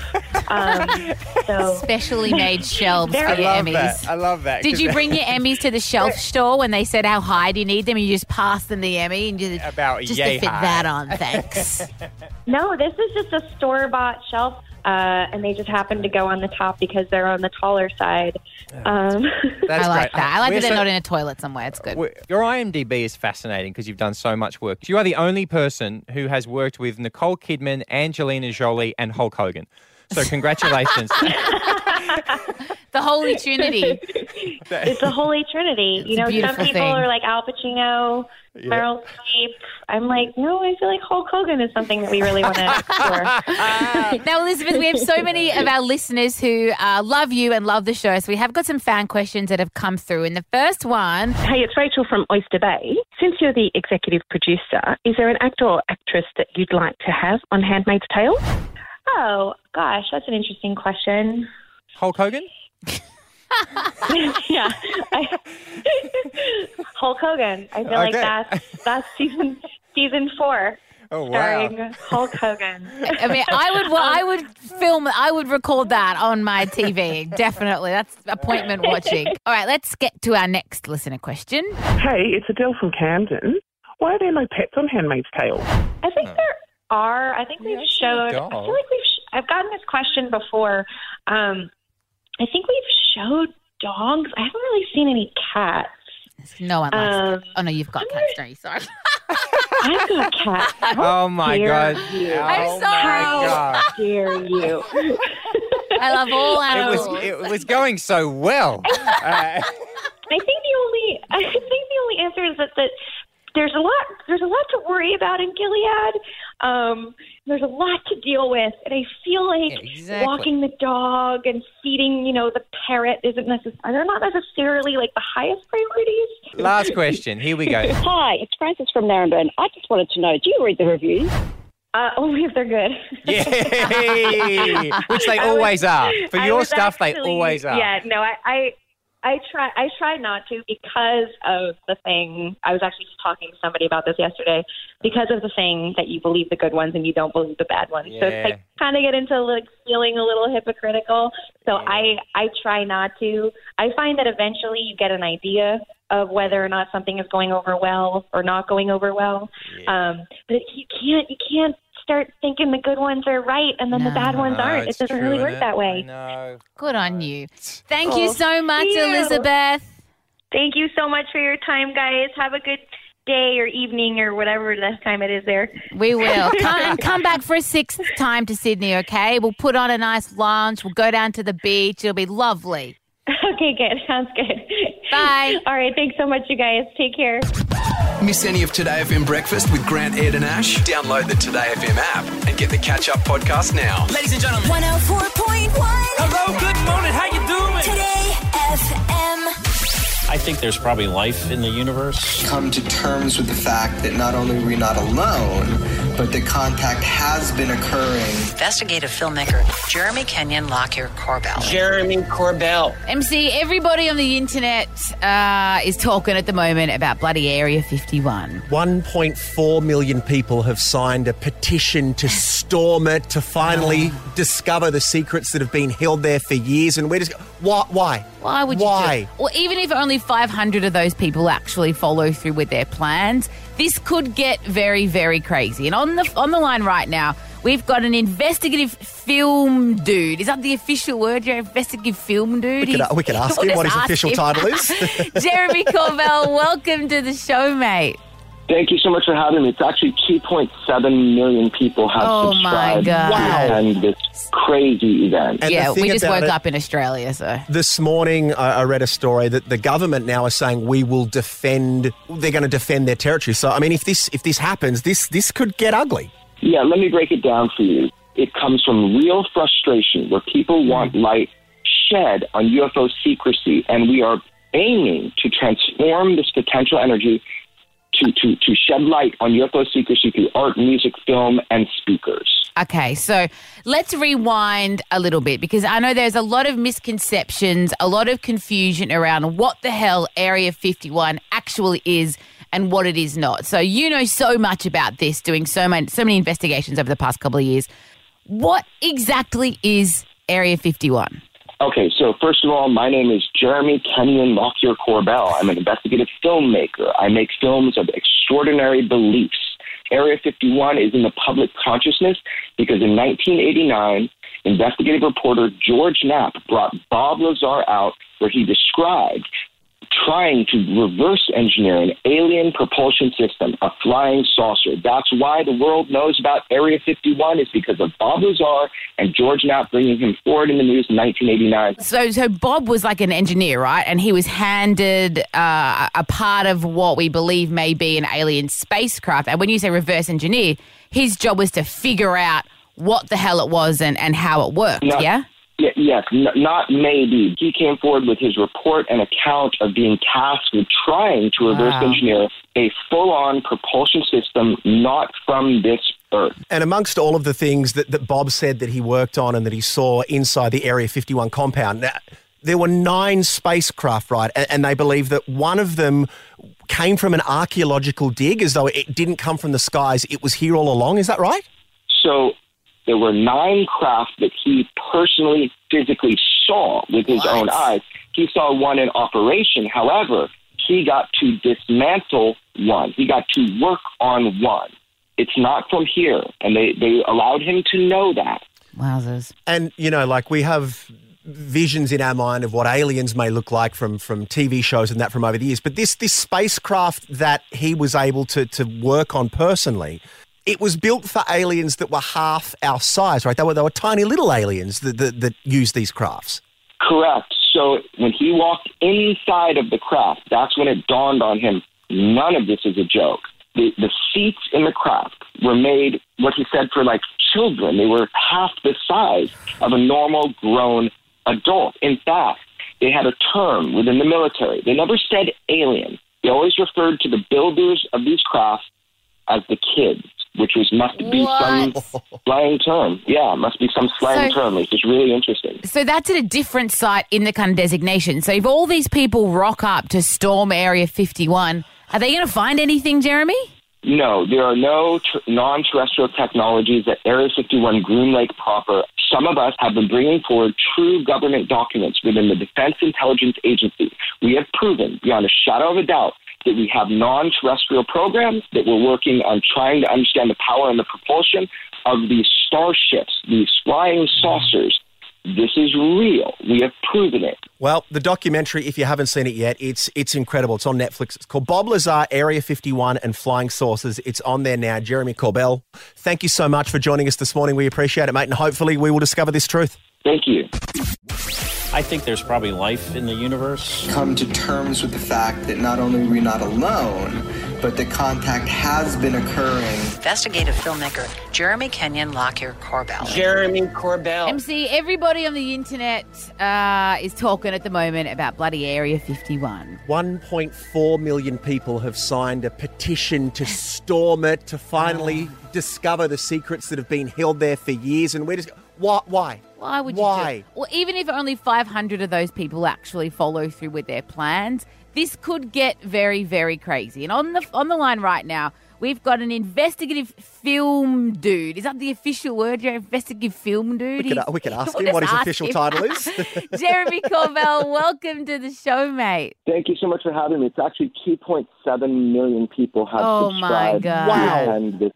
Speaker 6: Um, so (laughs)
Speaker 5: Specially made shelves for your
Speaker 6: I
Speaker 5: Emmys.
Speaker 9: I love that.
Speaker 5: Did you bring your Emmys to the shelf store when they said how high do you need them? And you just passed them the Emmy and you
Speaker 9: (laughs) About
Speaker 5: just
Speaker 9: yay
Speaker 5: to fit
Speaker 9: high.
Speaker 5: that on.
Speaker 9: (laughs)
Speaker 5: Thanks.
Speaker 6: no, this is just a store bought shelf, uh, and they just happen to go on the top because they're on the taller side. Um,
Speaker 5: I like
Speaker 9: great.
Speaker 5: that. I like
Speaker 9: We're
Speaker 5: that they're
Speaker 9: so-
Speaker 5: not in a toilet somewhere. It's good.
Speaker 12: Your IMDb is fascinating because you've done so much work. You are the only person who has worked with Nicole Kidman, Angelina Jolie, and Hulk Hogan.
Speaker 2: (laughs)
Speaker 12: So congratulations.
Speaker 5: The
Speaker 9: (laughs)
Speaker 5: Holy Trinity.
Speaker 6: (laughs) it's the Holy Trinity. you know, some
Speaker 5: beautiful
Speaker 6: people
Speaker 5: thing.
Speaker 6: are like Al Pacino, Meryl Streep. I'm like, no, I feel like Hulk Hogan is something that we really
Speaker 5: (laughs)
Speaker 6: want to explore.
Speaker 5: now, Elizabeth, we have so many of our listeners who uh, love you and love the show. So we have got some fan questions that have come through. And the first one
Speaker 6: Hey, it's Rachel from Oyster Bay. Since you're the executive producer, is there an actor or actress that you'd like to have on Handmaid's Tale? Oh, gosh, that's an interesting question. (laughs)
Speaker 12: Hulk Hogan?
Speaker 6: yeah. I, (laughs) Hulk Hogan. I feel like
Speaker 12: Okay.
Speaker 6: that's that's season season four.
Speaker 12: Oh, wow.
Speaker 6: starring Hulk Hogan.
Speaker 5: I mean, I would, well, I would film, I would record that on my TV. Definitely, that's appointment watching. All right, let's get to our next listener question.
Speaker 13: Hey, it's Adele from Camden. Why are there no pets on Handmaid's Tale?
Speaker 6: I think there are. I think we've showed. I
Speaker 13: doll.
Speaker 6: feel like we've. Sh- I've gotten this question before. Um, I think we've showed dogs. I haven't really seen any cats.
Speaker 5: No one likes.
Speaker 6: Um,
Speaker 5: cats. oh no, you've got cats, don't you? Sorry.
Speaker 12: (laughs)
Speaker 6: I've got cats. How
Speaker 12: Oh, my
Speaker 6: dare
Speaker 12: God.
Speaker 6: you.
Speaker 12: I'm
Speaker 6: How
Speaker 12: sorry. Oh God.
Speaker 6: dare you?
Speaker 5: I love all
Speaker 12: It
Speaker 5: animals.
Speaker 12: was, it was going so well. Uh,
Speaker 6: I think the only I think the only answer is that, that there's a lot there's a lot to worry about in Gilead. Um, there's a lot to deal with, and I feel like
Speaker 14: exactly.
Speaker 6: walking the dog and feeding, you know, the parrot isn't necessarily they're not necessarily like the highest priorities.
Speaker 12: last question. Here we go.
Speaker 15: Hi, it's Frances from Narrabeen. I just wanted to know, do you read the reviews?
Speaker 6: Uh, (laughs) only if they're good.
Speaker 12: Yay! Which they
Speaker 6: I was-
Speaker 12: always are. For
Speaker 6: I
Speaker 12: your
Speaker 6: was
Speaker 12: stuff, they
Speaker 6: actually-
Speaker 12: always are.
Speaker 6: Yeah, no, I, I, I try, I try not to because of the thing. I was actually just talking to somebody about this yesterday because of the thing that you believe the good ones and you don't believe the bad ones. So it's
Speaker 14: Yeah.
Speaker 6: like kind of get into like feeling a little hypocritical. So I, I try not to. I find that eventually you get an idea of whether or not something is going over well or not going over well. Um, but you can't, you can't start thinking the good ones are right and then the bad ones
Speaker 5: No,
Speaker 6: aren't. It
Speaker 5: it's
Speaker 6: doesn't
Speaker 5: true,
Speaker 6: really
Speaker 5: isn't
Speaker 6: work
Speaker 5: it?
Speaker 6: that way.
Speaker 5: Good on you. Thank
Speaker 6: Oh,
Speaker 5: you so much,
Speaker 6: thank you.
Speaker 5: Elizabeth.
Speaker 6: Thank you so much for your time, guys. Have a good day or evening or whatever the time it is there.
Speaker 5: We will come, and come back for a sixth time to Sydney. Okay, we'll put on a nice lunch. We'll go down to the beach. It'll be lovely.
Speaker 6: (laughs) Okay, good. Sounds good. (laughs)
Speaker 5: Bye.
Speaker 6: All right. Thanks so much, you guys. Take care.
Speaker 1: Miss any of Today FM breakfast with Grant, Ed, and Ash? Download the Today FM app and get the catch up podcast now.
Speaker 2: Ladies and gentlemen, 104.1. Hello, good morning. How you doing? Today FM.
Speaker 16: I think there's probably life in the universe.
Speaker 17: come to terms with the fact that not only are we not alone, but the contact has been occurring.
Speaker 18: Investigative filmmaker Jeremy Kenyon Lockyer Corbell.
Speaker 16: Jeremy Corbell.
Speaker 5: MC, everybody on the internet uh, is talking at the moment about bloody Area 51.
Speaker 4: 1.4 million people have signed a petition to storm it to finally
Speaker 5: (sighs)
Speaker 4: discover the secrets that have been held there for years. And we're just why? Why?
Speaker 5: Why would you?
Speaker 4: Why?
Speaker 5: do it? Well, even if only 500 of those people actually follow through with their plans, this could get very, very crazy. And on the on the line right now, we've got an investigative film dude. Is that the official word? Your investigative film dude.
Speaker 4: We could,
Speaker 5: He's-
Speaker 4: we
Speaker 5: (laughs)
Speaker 4: could ask
Speaker 5: We'll
Speaker 4: him what his
Speaker 5: just ask
Speaker 4: official
Speaker 5: him.
Speaker 4: title is.
Speaker 5: (laughs)
Speaker 4: (laughs)
Speaker 5: Jeremy Corbell, welcome to the show, mate.
Speaker 19: Thank you so much for having me. It's actually 2.7 million people have
Speaker 5: Oh, my
Speaker 19: subscribed
Speaker 5: God. Wow.
Speaker 19: to attend this crazy event.
Speaker 5: yeah, we just woke
Speaker 4: about it-
Speaker 5: up in Australia, so.
Speaker 4: This morning, I, I read a story that the government now is saying we will defend. They're going to defend their territory. So, I mean, if this if this happens, this this could get ugly.
Speaker 19: Yeah, let me break it down for you. It comes from real frustration where people want light shed on UFO secrecy, and we are aiming to transform this potential energy to, to, to shed light on UFO secrecy through art, music, film, and speakers.
Speaker 5: Okay, so let's rewind a little bit because I know there's a lot of misconceptions, a lot of confusion around what the hell Area 51 actually is and what it is not. So you know so much about this, doing so many so many investigations over the past couple of years. What exactly is Area 51?
Speaker 19: Okay, so first of all, my name is Jeremy Kenyon Lockyer Corbell. I'm an investigative filmmaker. I make films of extraordinary beliefs. Area 51 is in the public consciousness because in 1989, investigative reporter George Knapp brought Bob Lazar out where he described trying to reverse engineer an alien propulsion system, a flying saucer. That's why the world knows about Area 51 is because of Bob Lazar and George Knapp bringing him forward in the news in 1989.
Speaker 5: So, so Bob was like an engineer, right? And he was handed uh, a part of what we believe may be an alien spacecraft. And when you say reverse engineer, his job was to figure out what the hell it was and, and how it worked.
Speaker 19: No.
Speaker 5: yeah.
Speaker 19: Y- yes, n- not maybe. He came forward with his report and account of being tasked with trying to reverse
Speaker 4: Wow.
Speaker 19: engineer a full on propulsion system not from this Earth.
Speaker 4: And amongst all of the things that, that Bob said that he worked on and that he saw inside the Area 51 compound, now, there were nine spacecraft, right? And, and they believe that one of them came from an archaeological dig, as though it didn't come from the skies. It was here all along. Is that right?
Speaker 19: So there were nine craft that he personally physically saw with his own eyes. He saw one in operation. However, he got to dismantle one. He got to work on one. It's not from here. And they, they allowed him to know that.
Speaker 5: Wowzers.
Speaker 4: And, you know, like we have visions in our mind of what aliens may look like from, from TV shows and that from over the years. But this, this spacecraft that he was able to, to work on personally, it was built for aliens that were half our size, right? They were, they were tiny little aliens that, that, that use these crafts.
Speaker 19: Correct. So when he walked inside of the craft, that's when it dawned on him none of this is a joke. The, the seats in the craft were made, what he said, for like children. They were half the size of a normal grown adult. In fact, they had a term within the military. They never said alien, they always referred to the builders of these crafts as the kids. Which was must be some slang term. Yeah, must be some slang
Speaker 5: So-
Speaker 19: term. It's just really interesting.
Speaker 5: So that's at a different site in the kind of designation. So if all these people rock up to storm Area 51, are they going to find anything, Jeremy?
Speaker 19: No, there are no tr- non-terrestrial technologies at Area 51 Groom Lake proper. Some of us have been bringing forward true government documents within the Defense Intelligence Agency. We have proven beyond a shadow of a doubt that we have non-terrestrial programs that we're working on trying to understand the power and the propulsion of these starships, these flying saucers. This is real. We have proven it.
Speaker 4: Well, the documentary, if you haven't seen it yet, it's it's incredible. It's on Netflix. It's called Bob Lazar, Area 51 and Flying Saucers. It's on there now. Jeremy Corbell, thank you so much for joining us this morning. We appreciate it, mate, and hopefully we will discover this truth.
Speaker 19: Thank you.
Speaker 16: I think there's probably life in the universe.
Speaker 17: Come to terms with the fact that not only are we not alone, but the contact has been occurring
Speaker 18: Investigative filmmaker Jeremy Kenyon Lockyer Corbell.
Speaker 16: Jeremy Corbell.
Speaker 5: MC, everybody on the internet uh, is talking at the moment about bloody Area 51.
Speaker 4: 1.4 million people have signed a petition to storm it to finally
Speaker 5: Ah.
Speaker 4: discover the secrets that have been held there for years. And we're just why? Why?
Speaker 5: Why would you?
Speaker 4: Why?
Speaker 5: do it? Well, even if only 500 of those people actually follow through with their plans, this could get very, very crazy. And on the on the line right now, we've got an investigative film dude. Is that the official word? Your investigative film dude.
Speaker 4: We could,
Speaker 5: He's-
Speaker 4: we
Speaker 5: (laughs)
Speaker 4: could ask
Speaker 5: We'll
Speaker 4: him what
Speaker 5: just
Speaker 4: his
Speaker 5: ask
Speaker 4: official
Speaker 5: him.
Speaker 4: title is.
Speaker 5: (laughs) Jeremy
Speaker 4: (laughs)
Speaker 5: Corbell, welcome to the show, mate.
Speaker 19: Thank you so much for having me. It's actually 2.7 million people have
Speaker 5: Oh, my
Speaker 19: subscribed
Speaker 5: God.
Speaker 19: to attend this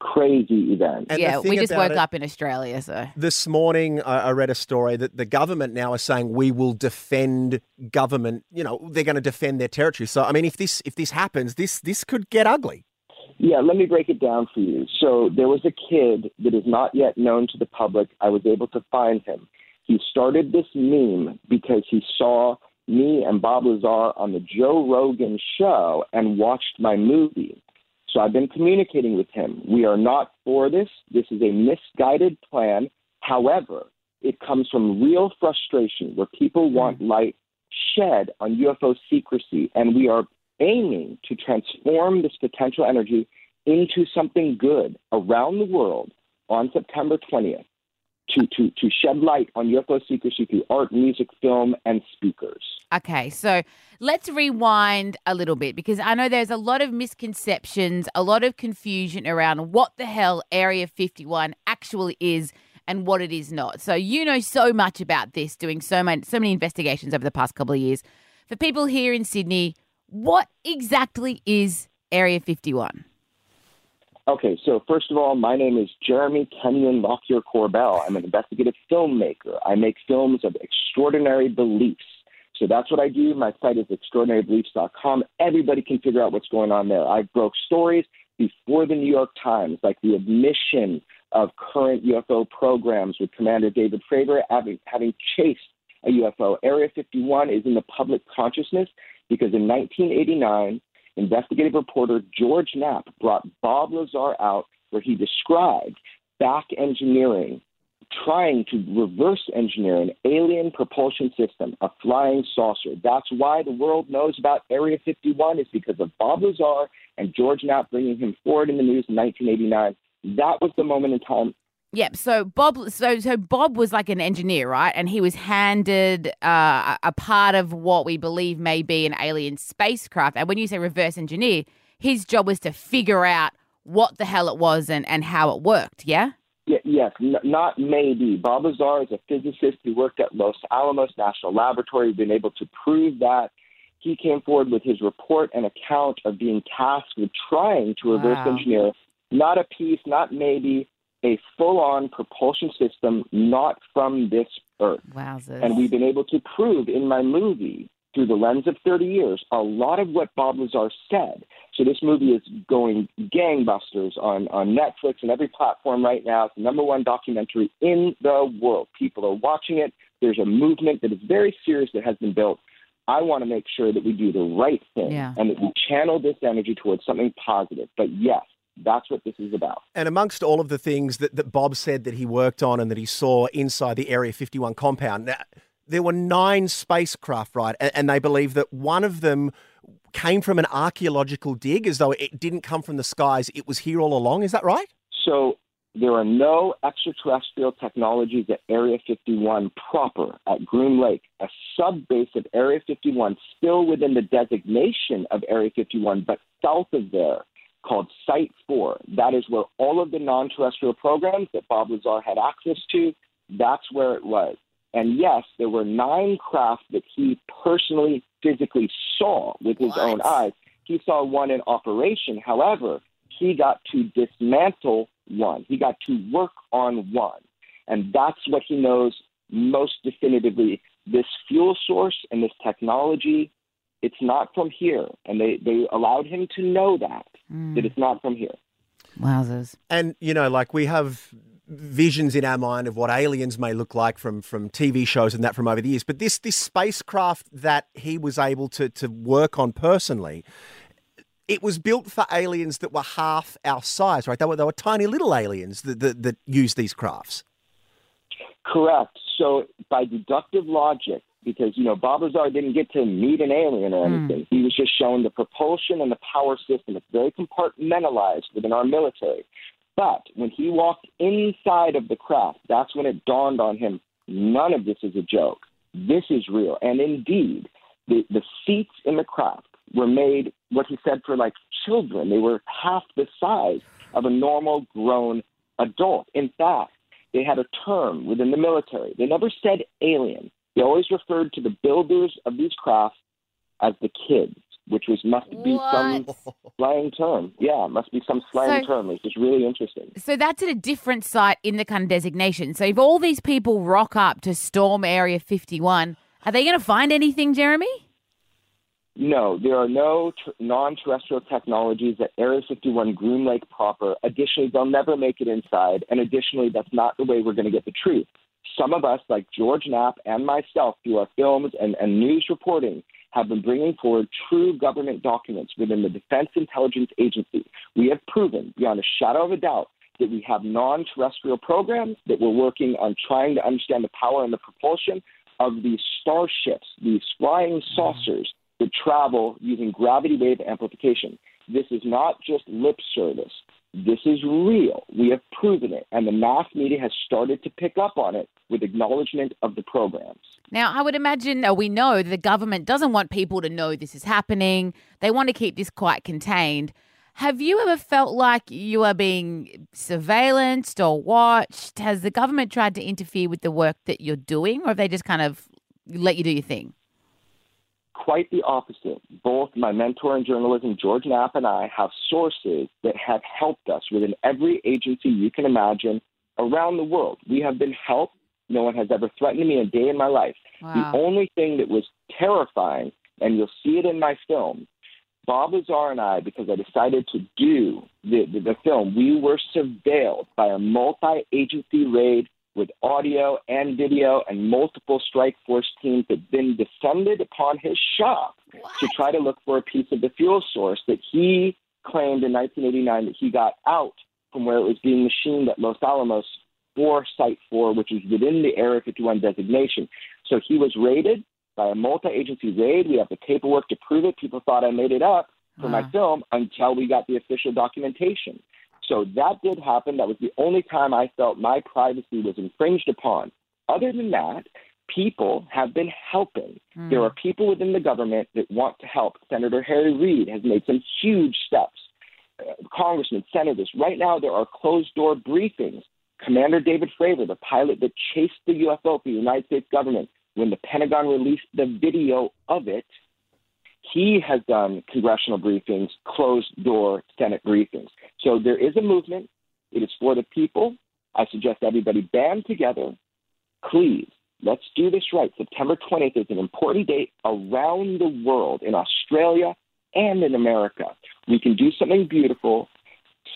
Speaker 19: crazy event.
Speaker 4: And the
Speaker 5: yeah, we
Speaker 4: thing
Speaker 5: just
Speaker 4: about
Speaker 5: woke
Speaker 4: it-
Speaker 5: up in Australia, so.
Speaker 4: This morning, I I read a story that the government now is saying we will defend government. You know, they're going to defend their territory. So, I mean, if this if this happens, this this could get ugly.
Speaker 19: Yeah, let me break it down for you. So there was a kid that is not yet known to the public. I was able to find him. He started this meme because he saw me and Bob Lazar on the Joe Rogan show and watched my movie. So I've been communicating with him. We are not for this. This is a misguided plan. However, it comes from real frustration where people want light shed on UFO secrecy, and we are aiming to transform this potential energy into something good around the world on September 20th to, to, to shed light on UFO secrecy through art, music, film, and speakers.
Speaker 5: Okay, so let's rewind a little bit because I know there's a lot of misconceptions, a lot of confusion around what the hell Area 51 actually is and what it is not. So you know so much about this, doing so many so many investigations over the past couple of years. For people here in Sydney, what exactly is Area 51?
Speaker 19: Okay, so first of all, my name is Jeremy Kenyon Lockyer Corbell. I'm an investigative filmmaker. I make films of extraordinary beliefs. So that's what I do. My site is extraordinarybeliefs.com. Everybody can figure out what's going on there. I broke stories before the New York Times, like the admission of current UFO programs with Commander David Fravor having, having chased a UFO. Area 51 is in the public consciousness because in 1989, investigative reporter George Knapp brought Bob Lazar out where he described back engineering, trying to reverse engineer an alien propulsion system, a flying saucer. That's why the world knows about Area 51 is because of Bob Lazar and George Knapp bringing him forward in the news in 1989. That was the moment in time
Speaker 5: Yep. So Bob, so so Bob was like an engineer, right? And he was handed uh, a part of what we believe may be an alien spacecraft. And when you say reverse engineer, his job was to figure out what the hell it was and and how it worked. Yeah.
Speaker 19: Y- yes, n- not maybe. Bob Lazar is a physicist who worked at Los Alamos National Laboratory. We've been able to prove that. He came forward with his report and account of being tasked with trying to reverse
Speaker 14: Wow.
Speaker 19: engineer not a piece, not maybe, a full on propulsion system not from this Earth.
Speaker 5: Wowzers.
Speaker 19: And we've been able to prove in my movie, through the lens of 30 years, a lot of what Bob Lazar said. So this movie is going gangbusters on, on Netflix and every platform right now. It's the number one documentary in the world. People are watching it. There's a movement that is very serious that has been built. I want to make sure that we do the right thing
Speaker 4: Yeah.
Speaker 19: and that we channel this energy towards something positive. But yes, that's what this is about.
Speaker 4: And amongst all of the things that, that Bob said that he worked on and that he saw inside the Area 51 compound, now, there were nine spacecraft, right? And, and they believe that one of them came from an archaeological dig as though it didn't come from the skies. It was here all along. Is that right?
Speaker 19: So there are no extraterrestrial technologies at Area 51 proper at Groom Lake, a subbase of Area 51, still within the designation of Area 51, but south of there, called Site 4. That is where all of the non-terrestrial programs that Bob Lazar had access to. That's where it was. And yes, there were nine craft that he personally, physically saw with his own eyes. He saw one in operation. However, he got to dismantle one. He got to work on one. And that's what he knows most definitively. This fuel source and this technology, it's not from here. And they, they allowed him to know that, that it's not from here.
Speaker 5: Wowzers.
Speaker 4: And, you know, like we have visions in our mind of what aliens may look like from, from TV shows and that from over the years. But this, this spacecraft that he was able to, to work on personally, it was built for aliens that were half our size, right? They were, they were tiny little aliens that, that, that use these crafts.
Speaker 19: Correct. So by deductive logic, because you know Bob Lazar didn't get to meet an alien or
Speaker 20: Mm.
Speaker 19: anything, he was just shown the propulsion and the power system. It's very compartmentalized within our military. But when he walked inside of the craft, that's when it dawned on him: none of this is a joke. This is real. And indeed, the the seats in the craft were made what he said for like children. They were half the size of a normal grown adult. In fact, they had a term within the military. They never said alien. They always referred to the builders of these crafts as the kids, which was must be some slang term. Yeah, must be some slang
Speaker 5: So-
Speaker 19: term. It's just really interesting.
Speaker 5: So that's at a different site in the kind of designation. So if all these people rock up to storm Area 51, are they going to find anything, Jeremy?
Speaker 19: No, there are no tr non-terrestrial technologies at Area 51 Groom Lake proper. Additionally, they'll never make it inside, and additionally, that's not the way we're going to get the truth. Some of us, like George Knapp and myself, through our films and, and news reporting, have been bringing forward true government documents within the Defense Intelligence Agency. We have proven, beyond a shadow of a doubt, that we have non-terrestrial programs that we're working on trying to understand the power and the propulsion of these starships, these flying saucers that travel using gravity wave amplification. This is not just lip service. This is real. We have proven it, and the mass media has started to pick up on it with acknowledgement of the programs.
Speaker 5: Now, I would imagine uh, we know the government doesn't want people to know this is happening. They want to keep this quite contained. Have you ever felt like you are being surveillanced or watched? Has the government tried to interfere with the work that you're doing, or have they just kind of let you do your thing?
Speaker 19: quite the opposite. Both my mentor in journalism, George Knapp, and I have sources that have helped us within every agency you can imagine around the world. We have been helped. No one has ever threatened me a day in my life.
Speaker 21: Wow.
Speaker 19: The only thing that was terrifying, and you'll see it in my film, Bob Lazar and I, because I decided to do the, the, the film, we were surveilled by a multi agency raid with audio and video and multiple strike force teams that then descended upon his shop to try to look for a piece of the fuel source that he claimed in 1989 that he got out from where it was being machined at Los Alamos for Site 4, which is within the Area 51 designation. So he was raided by a multi agency raid. We have the paperwork to prove it. People thought I made it up for my film until we got the official documentation. So that did happen. That was the only time I felt my privacy was infringed upon. Other than that, people have been helping.
Speaker 14: Mm.
Speaker 19: There are people within the government that want to help. Senator Harry Reid has made some huge steps. Uh, congressmen, senators, right now there are closed door briefings. Commander David Fravor, the pilot that chased the UFO for the United States government, when the Pentagon released the video of it, he has done congressional briefings, closed door Senate briefings. So there is a movement. It is for the people. I suggest everybody band together. Please, let's do this right. September 20th is an important date around the world, in Australia and in America. We can do something beautiful.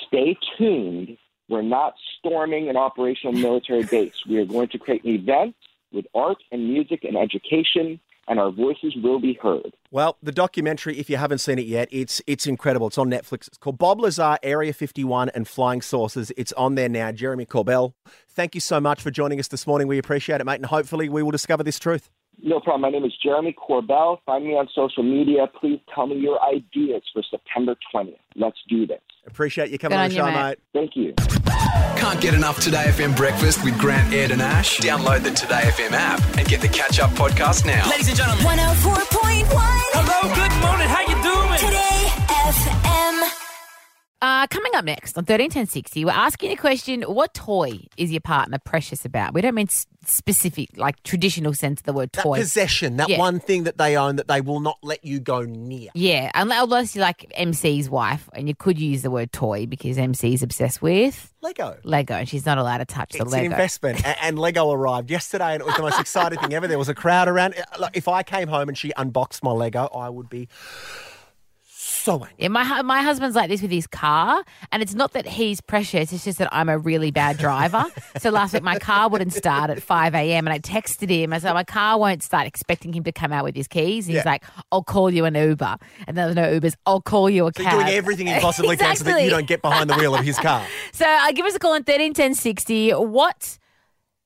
Speaker 19: Stay tuned. We're not storming an operational military base. We are going to create an event with art and music and education, and our voices will be heard.
Speaker 4: Well, the documentary, if you haven't seen it yet, it's it's incredible. It's on Netflix. It's called Bob Lazar, Area 51 and Flying Saucers. It's on there now. Jeremy Corbell, thank you so much for joining us this morning. We appreciate it, mate, and hopefully we will discover this truth.
Speaker 19: No problem. My name is Jeremy Corbell. Find me on social media. Please tell me your ideas for September 20th. Let's do this.
Speaker 4: Appreciate you coming on the show, mate.
Speaker 19: Thank you.
Speaker 1: Can't get enough Today FM breakfast with Grant, Ed, and Ash? Download the Today FM app and get the catch up podcast now.
Speaker 2: Ladies and gentlemen, 104.1. Hello, good morning. How you doing? Today FM.
Speaker 5: Uh, coming up next on 131060, we're asking the question what toy is your partner precious about? We don't mean s- specific, like traditional sense of the word
Speaker 4: That
Speaker 5: toy.
Speaker 4: possession, that
Speaker 5: Yeah.
Speaker 4: one thing that they own that they will not let you go near.
Speaker 5: Yeah, unless, unless you're like MC's wife, and you could use the word toy because MC's obsessed with
Speaker 4: Lego.
Speaker 5: Lego, and she's not allowed to touch the
Speaker 4: It's
Speaker 5: Lego.
Speaker 4: an investment. A- And Lego arrived yesterday, and it was the most exciting thing ever. There was a crowd around. Uh, Like, if I came home and she unboxed my Lego, I would be so angry.
Speaker 5: Yeah, my hu- my husband's like this with his car, and it's not that he's precious. It's just that I'm a really
Speaker 4: (laughs)
Speaker 5: bad driver. so last week my car wouldn't start at five a.m. and I texted him. I said my car won't start, expecting him to come out with his keys. And He's
Speaker 4: Yeah.
Speaker 5: like, "I'll call you an Uber," and there was no Ubers. I'll call you a
Speaker 4: So
Speaker 5: cab.
Speaker 4: you're doing everything you possibly can so that you
Speaker 5: Exactly.
Speaker 4: don't get behind the wheel of his
Speaker 5: (laughs)
Speaker 4: car.
Speaker 5: So uh, give us a call on thirteen ten sixty. What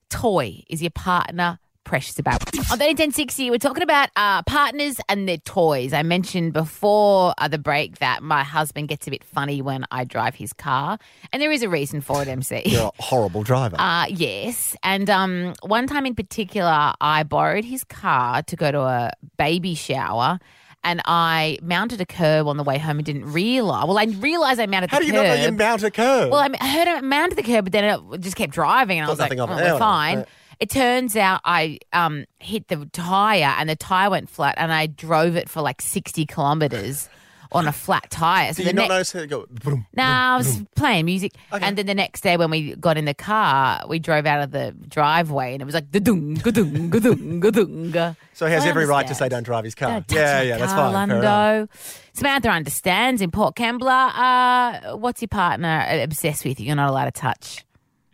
Speaker 5: toy is your partner precious about? On thirteen ten sixty, we're talking about uh, partners and their toys. I mentioned before uh, the break that my husband gets a bit funny when I drive his car, and there is a reason for it, MC.
Speaker 4: You're a horrible driver.
Speaker 5: (laughs) Uh, yes. And um, one time in particular, I borrowed his car to go to a baby shower. And I mounted a curb on the way home and didn't realize. Well, I realized I mounted
Speaker 4: How
Speaker 5: the
Speaker 4: do you
Speaker 5: curb.
Speaker 4: not know you mount a curb?
Speaker 5: Well, I m- heard it mounted the curb, but then it just kept driving, and I
Speaker 4: Thought
Speaker 5: was like,
Speaker 4: nothing
Speaker 5: "Oh,
Speaker 4: of it. Yeah,
Speaker 5: we're fine."
Speaker 4: whatever.
Speaker 5: It turns out I um, hit the tire, and the tire went flat, and I drove it for like sixty kilometers on a flat tire.
Speaker 4: Do
Speaker 5: the
Speaker 4: you not Mm. notice
Speaker 5: next-
Speaker 4: how it go? Boom.
Speaker 5: no, I was playing music. And then the next day when we got in the car, we drove out of the driveway and it was like da-dung, ga-dung, ga-dung, ga-dung.
Speaker 4: So he has
Speaker 5: I
Speaker 4: every right to
Speaker 5: understand.
Speaker 4: say don't drive his car.
Speaker 5: Don't touch
Speaker 4: yeah,
Speaker 5: my
Speaker 4: yeah, that's
Speaker 5: car,
Speaker 4: fine. fair enough.
Speaker 5: Lundo. Samantha understands in Port Kembla. Uh, what's your partner obsessed with? You're not allowed to touch.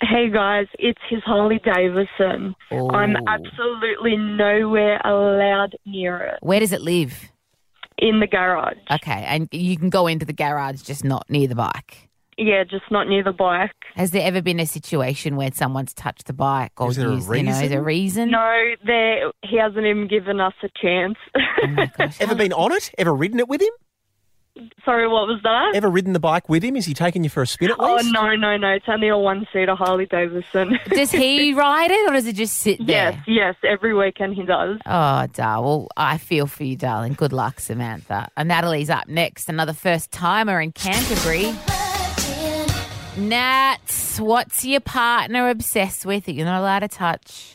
Speaker 20: Hey guys, it's His Holly Davison.
Speaker 16: Oh.
Speaker 20: I'm absolutely nowhere allowed near it.
Speaker 5: Where does it live?
Speaker 20: In the garage.
Speaker 5: Okay, and you can go into the garage, just not near the bike.
Speaker 20: Yeah, just not near the bike.
Speaker 5: Has there ever been a situation where someone's touched the bike or
Speaker 20: Is there a
Speaker 5: used, you know, is there a reason?
Speaker 20: No, there he hasn't even given us a chance.
Speaker 16: Oh
Speaker 4: Ever been on it? Ever ridden it with him?
Speaker 20: (laughs) Sorry, what was that?
Speaker 4: Ever ridden the bike with him? Is he taking you for a spin at
Speaker 20: Oh
Speaker 4: least?
Speaker 20: no, no, no! It's only a one-seater Harley Davidson.
Speaker 5: Does he ride it or does it just sit there?
Speaker 20: (laughs) yes, yes. Every weekend he does.
Speaker 5: Oh, darling. Well, I feel for you, darling. Good luck, Samantha. And Natalie's up next. Another first timer in Canterbury. Nats, what's your partner obsessed with that you're not allowed to touch?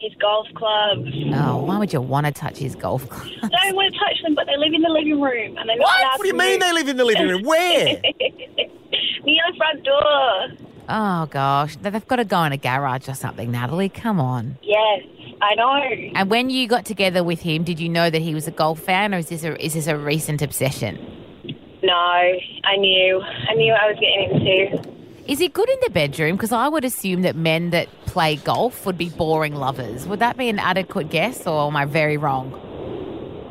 Speaker 21: His golf clubs.
Speaker 5: Oh, why would you want to touch his golf club? (laughs)
Speaker 21: I don't want to touch them, but they live in the living room, and they're not
Speaker 4: What?
Speaker 21: allowed
Speaker 4: What do you
Speaker 21: to
Speaker 4: mean
Speaker 21: move.
Speaker 4: they live in the living room?
Speaker 5: (laughs)
Speaker 21: (laughs)
Speaker 4: Where?
Speaker 21: Near the front door.
Speaker 5: Oh, gosh. They- They've got to go in a garage or something, Natalie. Come on.
Speaker 21: Yes, I know.
Speaker 5: And when you got together with him, did you know that he was a golf fan or is this a, is this a recent obsession?
Speaker 21: No, I knew. I knew what I was getting into.
Speaker 5: Is he good in the bedroom? Because I would assume that men that play golf would be boring lovers. Would that be an adequate guess or am I very wrong?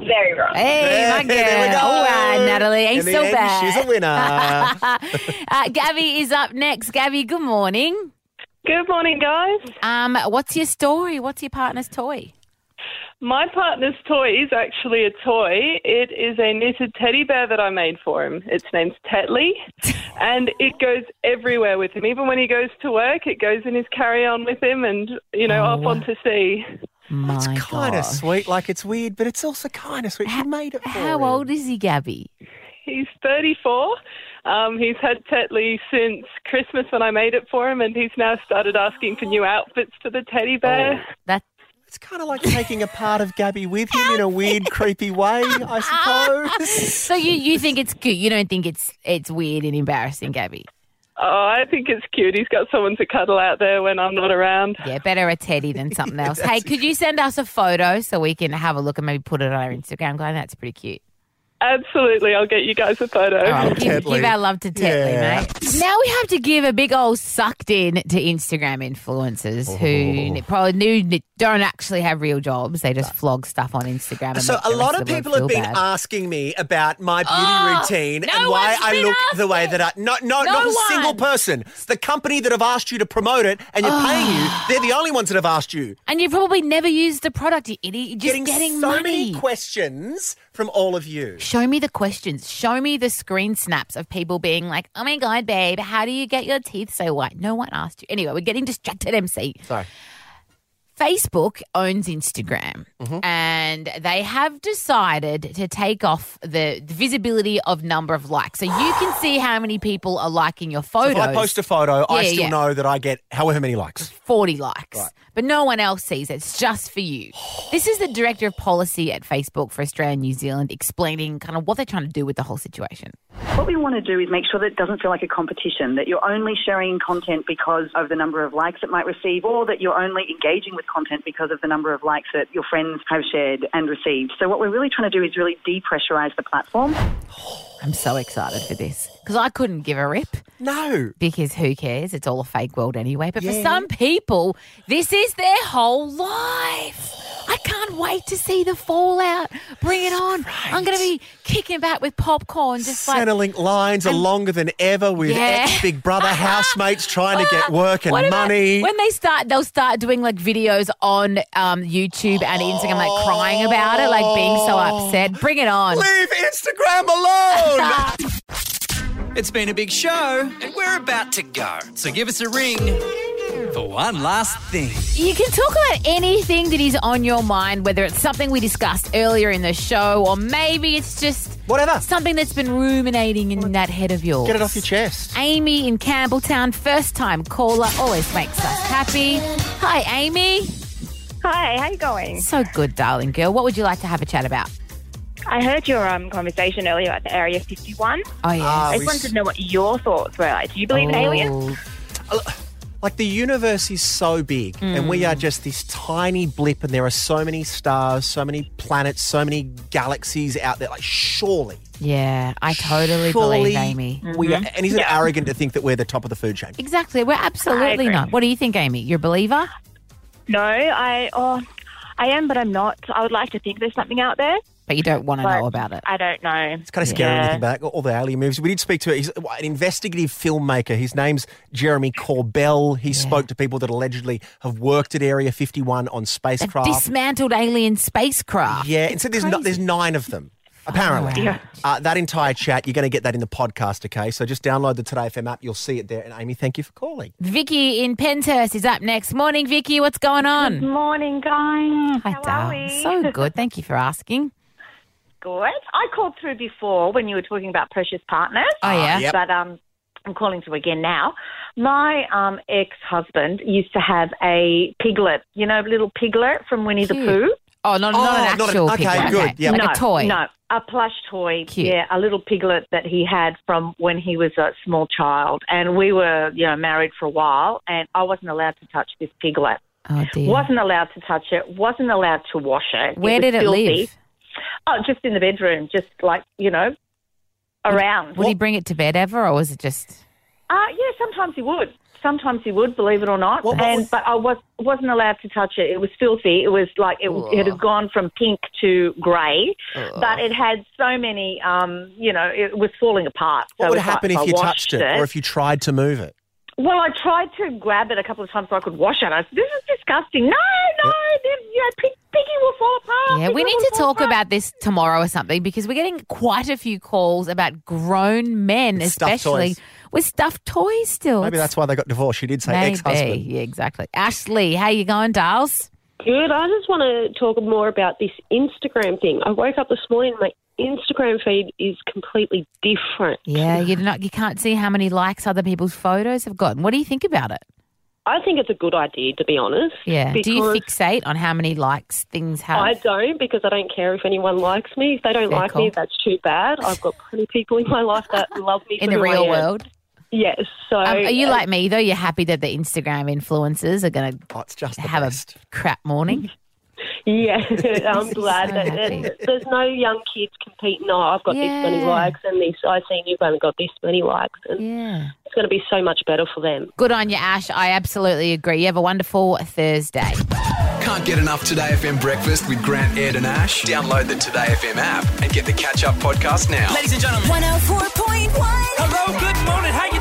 Speaker 21: Very wrong.
Speaker 5: Hey, my
Speaker 21: (laughs)
Speaker 5: girl.
Speaker 21: there we go.
Speaker 5: All right, Natalie. Ain't
Speaker 21: In the
Speaker 5: so
Speaker 21: end,
Speaker 5: bad.
Speaker 21: she's a
Speaker 5: (laughs)
Speaker 4: winner.
Speaker 5: uh, Gabby is up next. Gabby, good morning.
Speaker 22: Good morning, guys.
Speaker 5: Um, what's your story? What's your partner's toy?
Speaker 22: My partner's toy is actually a toy. It is a knitted teddy bear that I made for him. Its name's Tetley, and it goes everywhere with him. Even when he goes to work, it goes in his carry on with him, and you know, off onto sea.
Speaker 5: Oh My
Speaker 4: it's kind of sweet. Like it's weird, but it's also kind of sweet. She made it. For
Speaker 5: How
Speaker 4: him.
Speaker 5: old is he, Gabby?
Speaker 22: He's 34. Um, he's had Tetley since Christmas when I made it for him, and he's now started asking for new outfits for the teddy bear.
Speaker 5: That
Speaker 4: It's kind of like taking a part of Gabby with him in a weird, creepy way,
Speaker 5: (laughs)
Speaker 4: I suppose.
Speaker 5: so you you think it's cute? You don't think it's it's weird and embarrassing, Gabby?
Speaker 22: Oh, I think it's cute. He's got someone to cuddle out there when I'm not around.
Speaker 5: Yeah, better a teddy
Speaker 4: (laughs)
Speaker 5: than something else. hey, could you send us a photo so we can have a look and maybe put it on our Instagram? Glenn, that's pretty cute.
Speaker 22: Absolutely, I'll get you guys a photo.
Speaker 5: give, give our love to Tetley,
Speaker 22: Yeah.
Speaker 5: mate. Now we have to give a big old sucked in to Instagram influencers
Speaker 4: Oh.
Speaker 5: who n- probably knew, don't actually have real jobs. They just flog stuff on Instagram. And
Speaker 4: So
Speaker 5: make
Speaker 4: a
Speaker 5: the
Speaker 4: lot
Speaker 5: rest
Speaker 4: of
Speaker 5: the world
Speaker 4: people have
Speaker 5: feel
Speaker 4: been
Speaker 5: bad.
Speaker 4: asking me about my beauty routine
Speaker 5: Oh, no
Speaker 4: and why
Speaker 5: one's
Speaker 4: I
Speaker 5: been
Speaker 4: look the way that I not not
Speaker 5: No
Speaker 4: not a
Speaker 5: one.
Speaker 4: single person. The company that have asked you to promote it and you're paying you,
Speaker 5: Ah.
Speaker 4: they're the only ones that have asked you.
Speaker 5: And you probably never used the product, you idiot. You're just
Speaker 4: Getting,
Speaker 5: getting,
Speaker 4: so
Speaker 5: money.
Speaker 4: many questions from all of you.
Speaker 5: Show me the questions. Show me the screen snaps of people being like, oh my God, babe, how do you get your teeth so white? No one asked you. Anyway, we're getting distracted, MC.
Speaker 4: Sorry.
Speaker 5: Facebook owns Instagram
Speaker 4: Mm-hmm.
Speaker 5: and they have decided to take off the the visibility of number of likes. So you can see how many people are liking your
Speaker 4: So
Speaker 5: photos.
Speaker 4: if I post a photo, I
Speaker 5: Yeah,
Speaker 4: still
Speaker 5: yeah.
Speaker 4: know that I get however many likes.
Speaker 5: 40 likes.
Speaker 4: Right.
Speaker 5: But no one else sees it. It's just for you. This is the director of policy at Facebook for Australia and New Zealand explaining kind of what they're trying to do with the whole situation.
Speaker 3: Eh, What we want to do is make sure that it doesn't feel like a competition, that you're only sharing content because of the number of likes it might receive, or that you're only engaging with content because of the number of likes that your friends have shared and received. So, what we're really trying to do is really depressurize the platform.
Speaker 5: I'm so excited for this because I couldn't give a rip.
Speaker 4: No.
Speaker 5: Because who cares? It's all a fake world anyway. But for
Speaker 3: Yeah.
Speaker 5: some people, this is their whole life. I can't wait to see the fallout. Bring it on. I'm going to be kicking back with popcorn just like.
Speaker 4: Centrelink lines are longer than ever with
Speaker 5: Yeah.
Speaker 4: ex Big
Speaker 5: (laughs)
Speaker 4: Brother housemates trying to get work and
Speaker 5: What about
Speaker 4: money.
Speaker 5: When they start, they'll start doing like videos on um, YouTube and Instagram, like crying about it, like being so
Speaker 4: Oh.
Speaker 5: upset. Bring it on.
Speaker 4: Leave Instagram
Speaker 5: (laughs)
Speaker 4: alone.
Speaker 14: It's been a big show, and we're about to go. So give us a ring for one last thing.
Speaker 5: You can talk about anything that is on your mind, whether it's something we discussed earlier in the show, or maybe it's just
Speaker 4: whatever
Speaker 5: something that's been ruminating in that head of yours.
Speaker 4: Get it off your chest.
Speaker 5: Amy in Campbelltown, first time caller, always makes us happy. Hi, Amy.
Speaker 23: Hi, how you going?
Speaker 5: So good, darling girl. What would you like to have a chat about?
Speaker 23: I heard your um, conversation earlier about the Area 51.
Speaker 5: Oh, yes.
Speaker 4: Ah,
Speaker 23: I just wanted to know what your thoughts were. Like, do you
Speaker 5: Oh.
Speaker 23: believe in aliens?
Speaker 4: Like the universe is so big, and we are just this tiny blip, and there are so many stars, so many planets, so many galaxies out there. Like, surely,
Speaker 5: Yeah, I totally
Speaker 4: surely
Speaker 5: believe Amy.
Speaker 4: We are, and isn't it arrogant to think that we're the top of the food chain?
Speaker 5: Exactly. We're absolutely not. What do you think, Amy? You're a believer?
Speaker 23: No, I oh, I am, but I'm not. I would like to think there's something out there.
Speaker 5: But you don't want to
Speaker 23: but
Speaker 5: know about it.
Speaker 23: I don't know.
Speaker 4: It's kind of scary looking back. All the alien movies. We did speak to he's an investigative filmmaker. His name's Jeremy Corbell. He spoke to people that allegedly have worked at Area 51 on spacecraft.
Speaker 5: Dismantled alien spacecraft.
Speaker 4: Yeah, and so there's no, there's nine of them. Apparently,
Speaker 5: Yeah.
Speaker 4: uh, that entire chat you're going to get that in the podcast. Okay, so just download the Today FM app. You'll see it there. And Amy, thank you for calling.
Speaker 5: Vicky in Penthurst is up next. Morning, Vicky. What's going on? Good
Speaker 23: morning, guys.
Speaker 5: Hi,
Speaker 23: How
Speaker 5: darling.
Speaker 23: are we?
Speaker 5: So good. Thank you for asking.
Speaker 23: Good. I called through before when you were talking about precious partners.
Speaker 5: Oh, yeah. Yep.
Speaker 23: But um, I'm calling through again now. My um, ex-husband used to have a piglet. You know, little piglet from Winnie the Pooh.
Speaker 5: Oh, not, not an actual piglet. Okay. Like
Speaker 23: no,
Speaker 5: a toy.
Speaker 23: No, a plush toy.
Speaker 5: Cute.
Speaker 23: Yeah, a little piglet that he had from when he was a small child, and we were, you know, married for a while, and I wasn't allowed to touch this piglet.
Speaker 5: Oh, dear.
Speaker 23: Wasn't allowed to touch it. Wasn't allowed to wash it.
Speaker 5: Where
Speaker 23: was
Speaker 5: did it
Speaker 23: filthy.
Speaker 5: live?
Speaker 23: Oh, just in the bedroom, just like you know, around.
Speaker 5: Would he bring it to bed ever, or was it just.
Speaker 23: Uh, yeah, sometimes he would. Sometimes he would, believe it or not. and but I was wasn't allowed to touch it. It was filthy. It was like it, was- it had gone from pink to grey, but it had so many. Um, you know, it was falling apart.
Speaker 4: What
Speaker 23: so
Speaker 4: would
Speaker 23: it's like
Speaker 4: happen
Speaker 23: I
Speaker 4: if you
Speaker 23: washed
Speaker 4: touched it, or if you tried to move it?
Speaker 23: Well, I tried to grab it a couple of times so I could wash it. I said, "This is disgusting." No, no, they're- you know, pig, piggy will fall apart.
Speaker 5: Yeah, we
Speaker 23: Piggy
Speaker 5: need
Speaker 23: will
Speaker 5: to
Speaker 23: fall
Speaker 5: talk
Speaker 23: apart.
Speaker 5: about this tomorrow or something because we're getting quite a few calls about grown men,
Speaker 4: With stuffed
Speaker 5: especially
Speaker 4: toys.
Speaker 5: with stuffed toys still.
Speaker 4: Maybe
Speaker 5: It's-
Speaker 4: that's why they got divorced. She did say
Speaker 5: Maybe.
Speaker 4: ex-husband.
Speaker 5: Yeah, exactly. Ashley, how you going, Darls?
Speaker 6: Good. I just want to talk more about this Instagram thing. I woke up this morning. My Instagram feed is completely different.
Speaker 5: Yeah, you not you can't see how many likes other people's photos have gotten. What do you think about it?
Speaker 6: I think it's a good idea, to be honest.
Speaker 5: Yeah. Do you
Speaker 6: because
Speaker 5: fixate on how many likes things have?
Speaker 6: I don't because I don't care if anyone likes me. If they don't
Speaker 5: Fair
Speaker 6: like
Speaker 5: call.
Speaker 6: me, that's too bad. I've got plenty of people in my life that love me
Speaker 5: (laughs) in
Speaker 6: for
Speaker 5: the
Speaker 6: who I
Speaker 5: real
Speaker 6: am.
Speaker 5: world.
Speaker 6: Yes. So
Speaker 5: Um, are you
Speaker 6: uh,
Speaker 5: like me though? You're happy that the Instagram influencers are going
Speaker 4: Oh,
Speaker 5: to have a crap
Speaker 6: (laughs)
Speaker 5: morning.
Speaker 6: Yeah,
Speaker 5: (laughs)
Speaker 6: (laughs) I'm
Speaker 5: So
Speaker 6: glad that
Speaker 5: happy.
Speaker 6: that- there's no young kids competing. No, I've got this many
Speaker 5: Yeah.
Speaker 6: likes, and this I seen you've only got this many likes, and
Speaker 5: yeah.
Speaker 6: it's going to be so much better for them.
Speaker 5: Good on you, Ash. I absolutely agree. You have a wonderful Thursday.
Speaker 1: Can't get enough Today FM breakfast with Grant, Ed, and Ash? Download the Today FM app and get the catch up podcast now.
Speaker 2: oh
Speaker 3: Ladies and gentlemen, 104.1. Hello, good morning, how you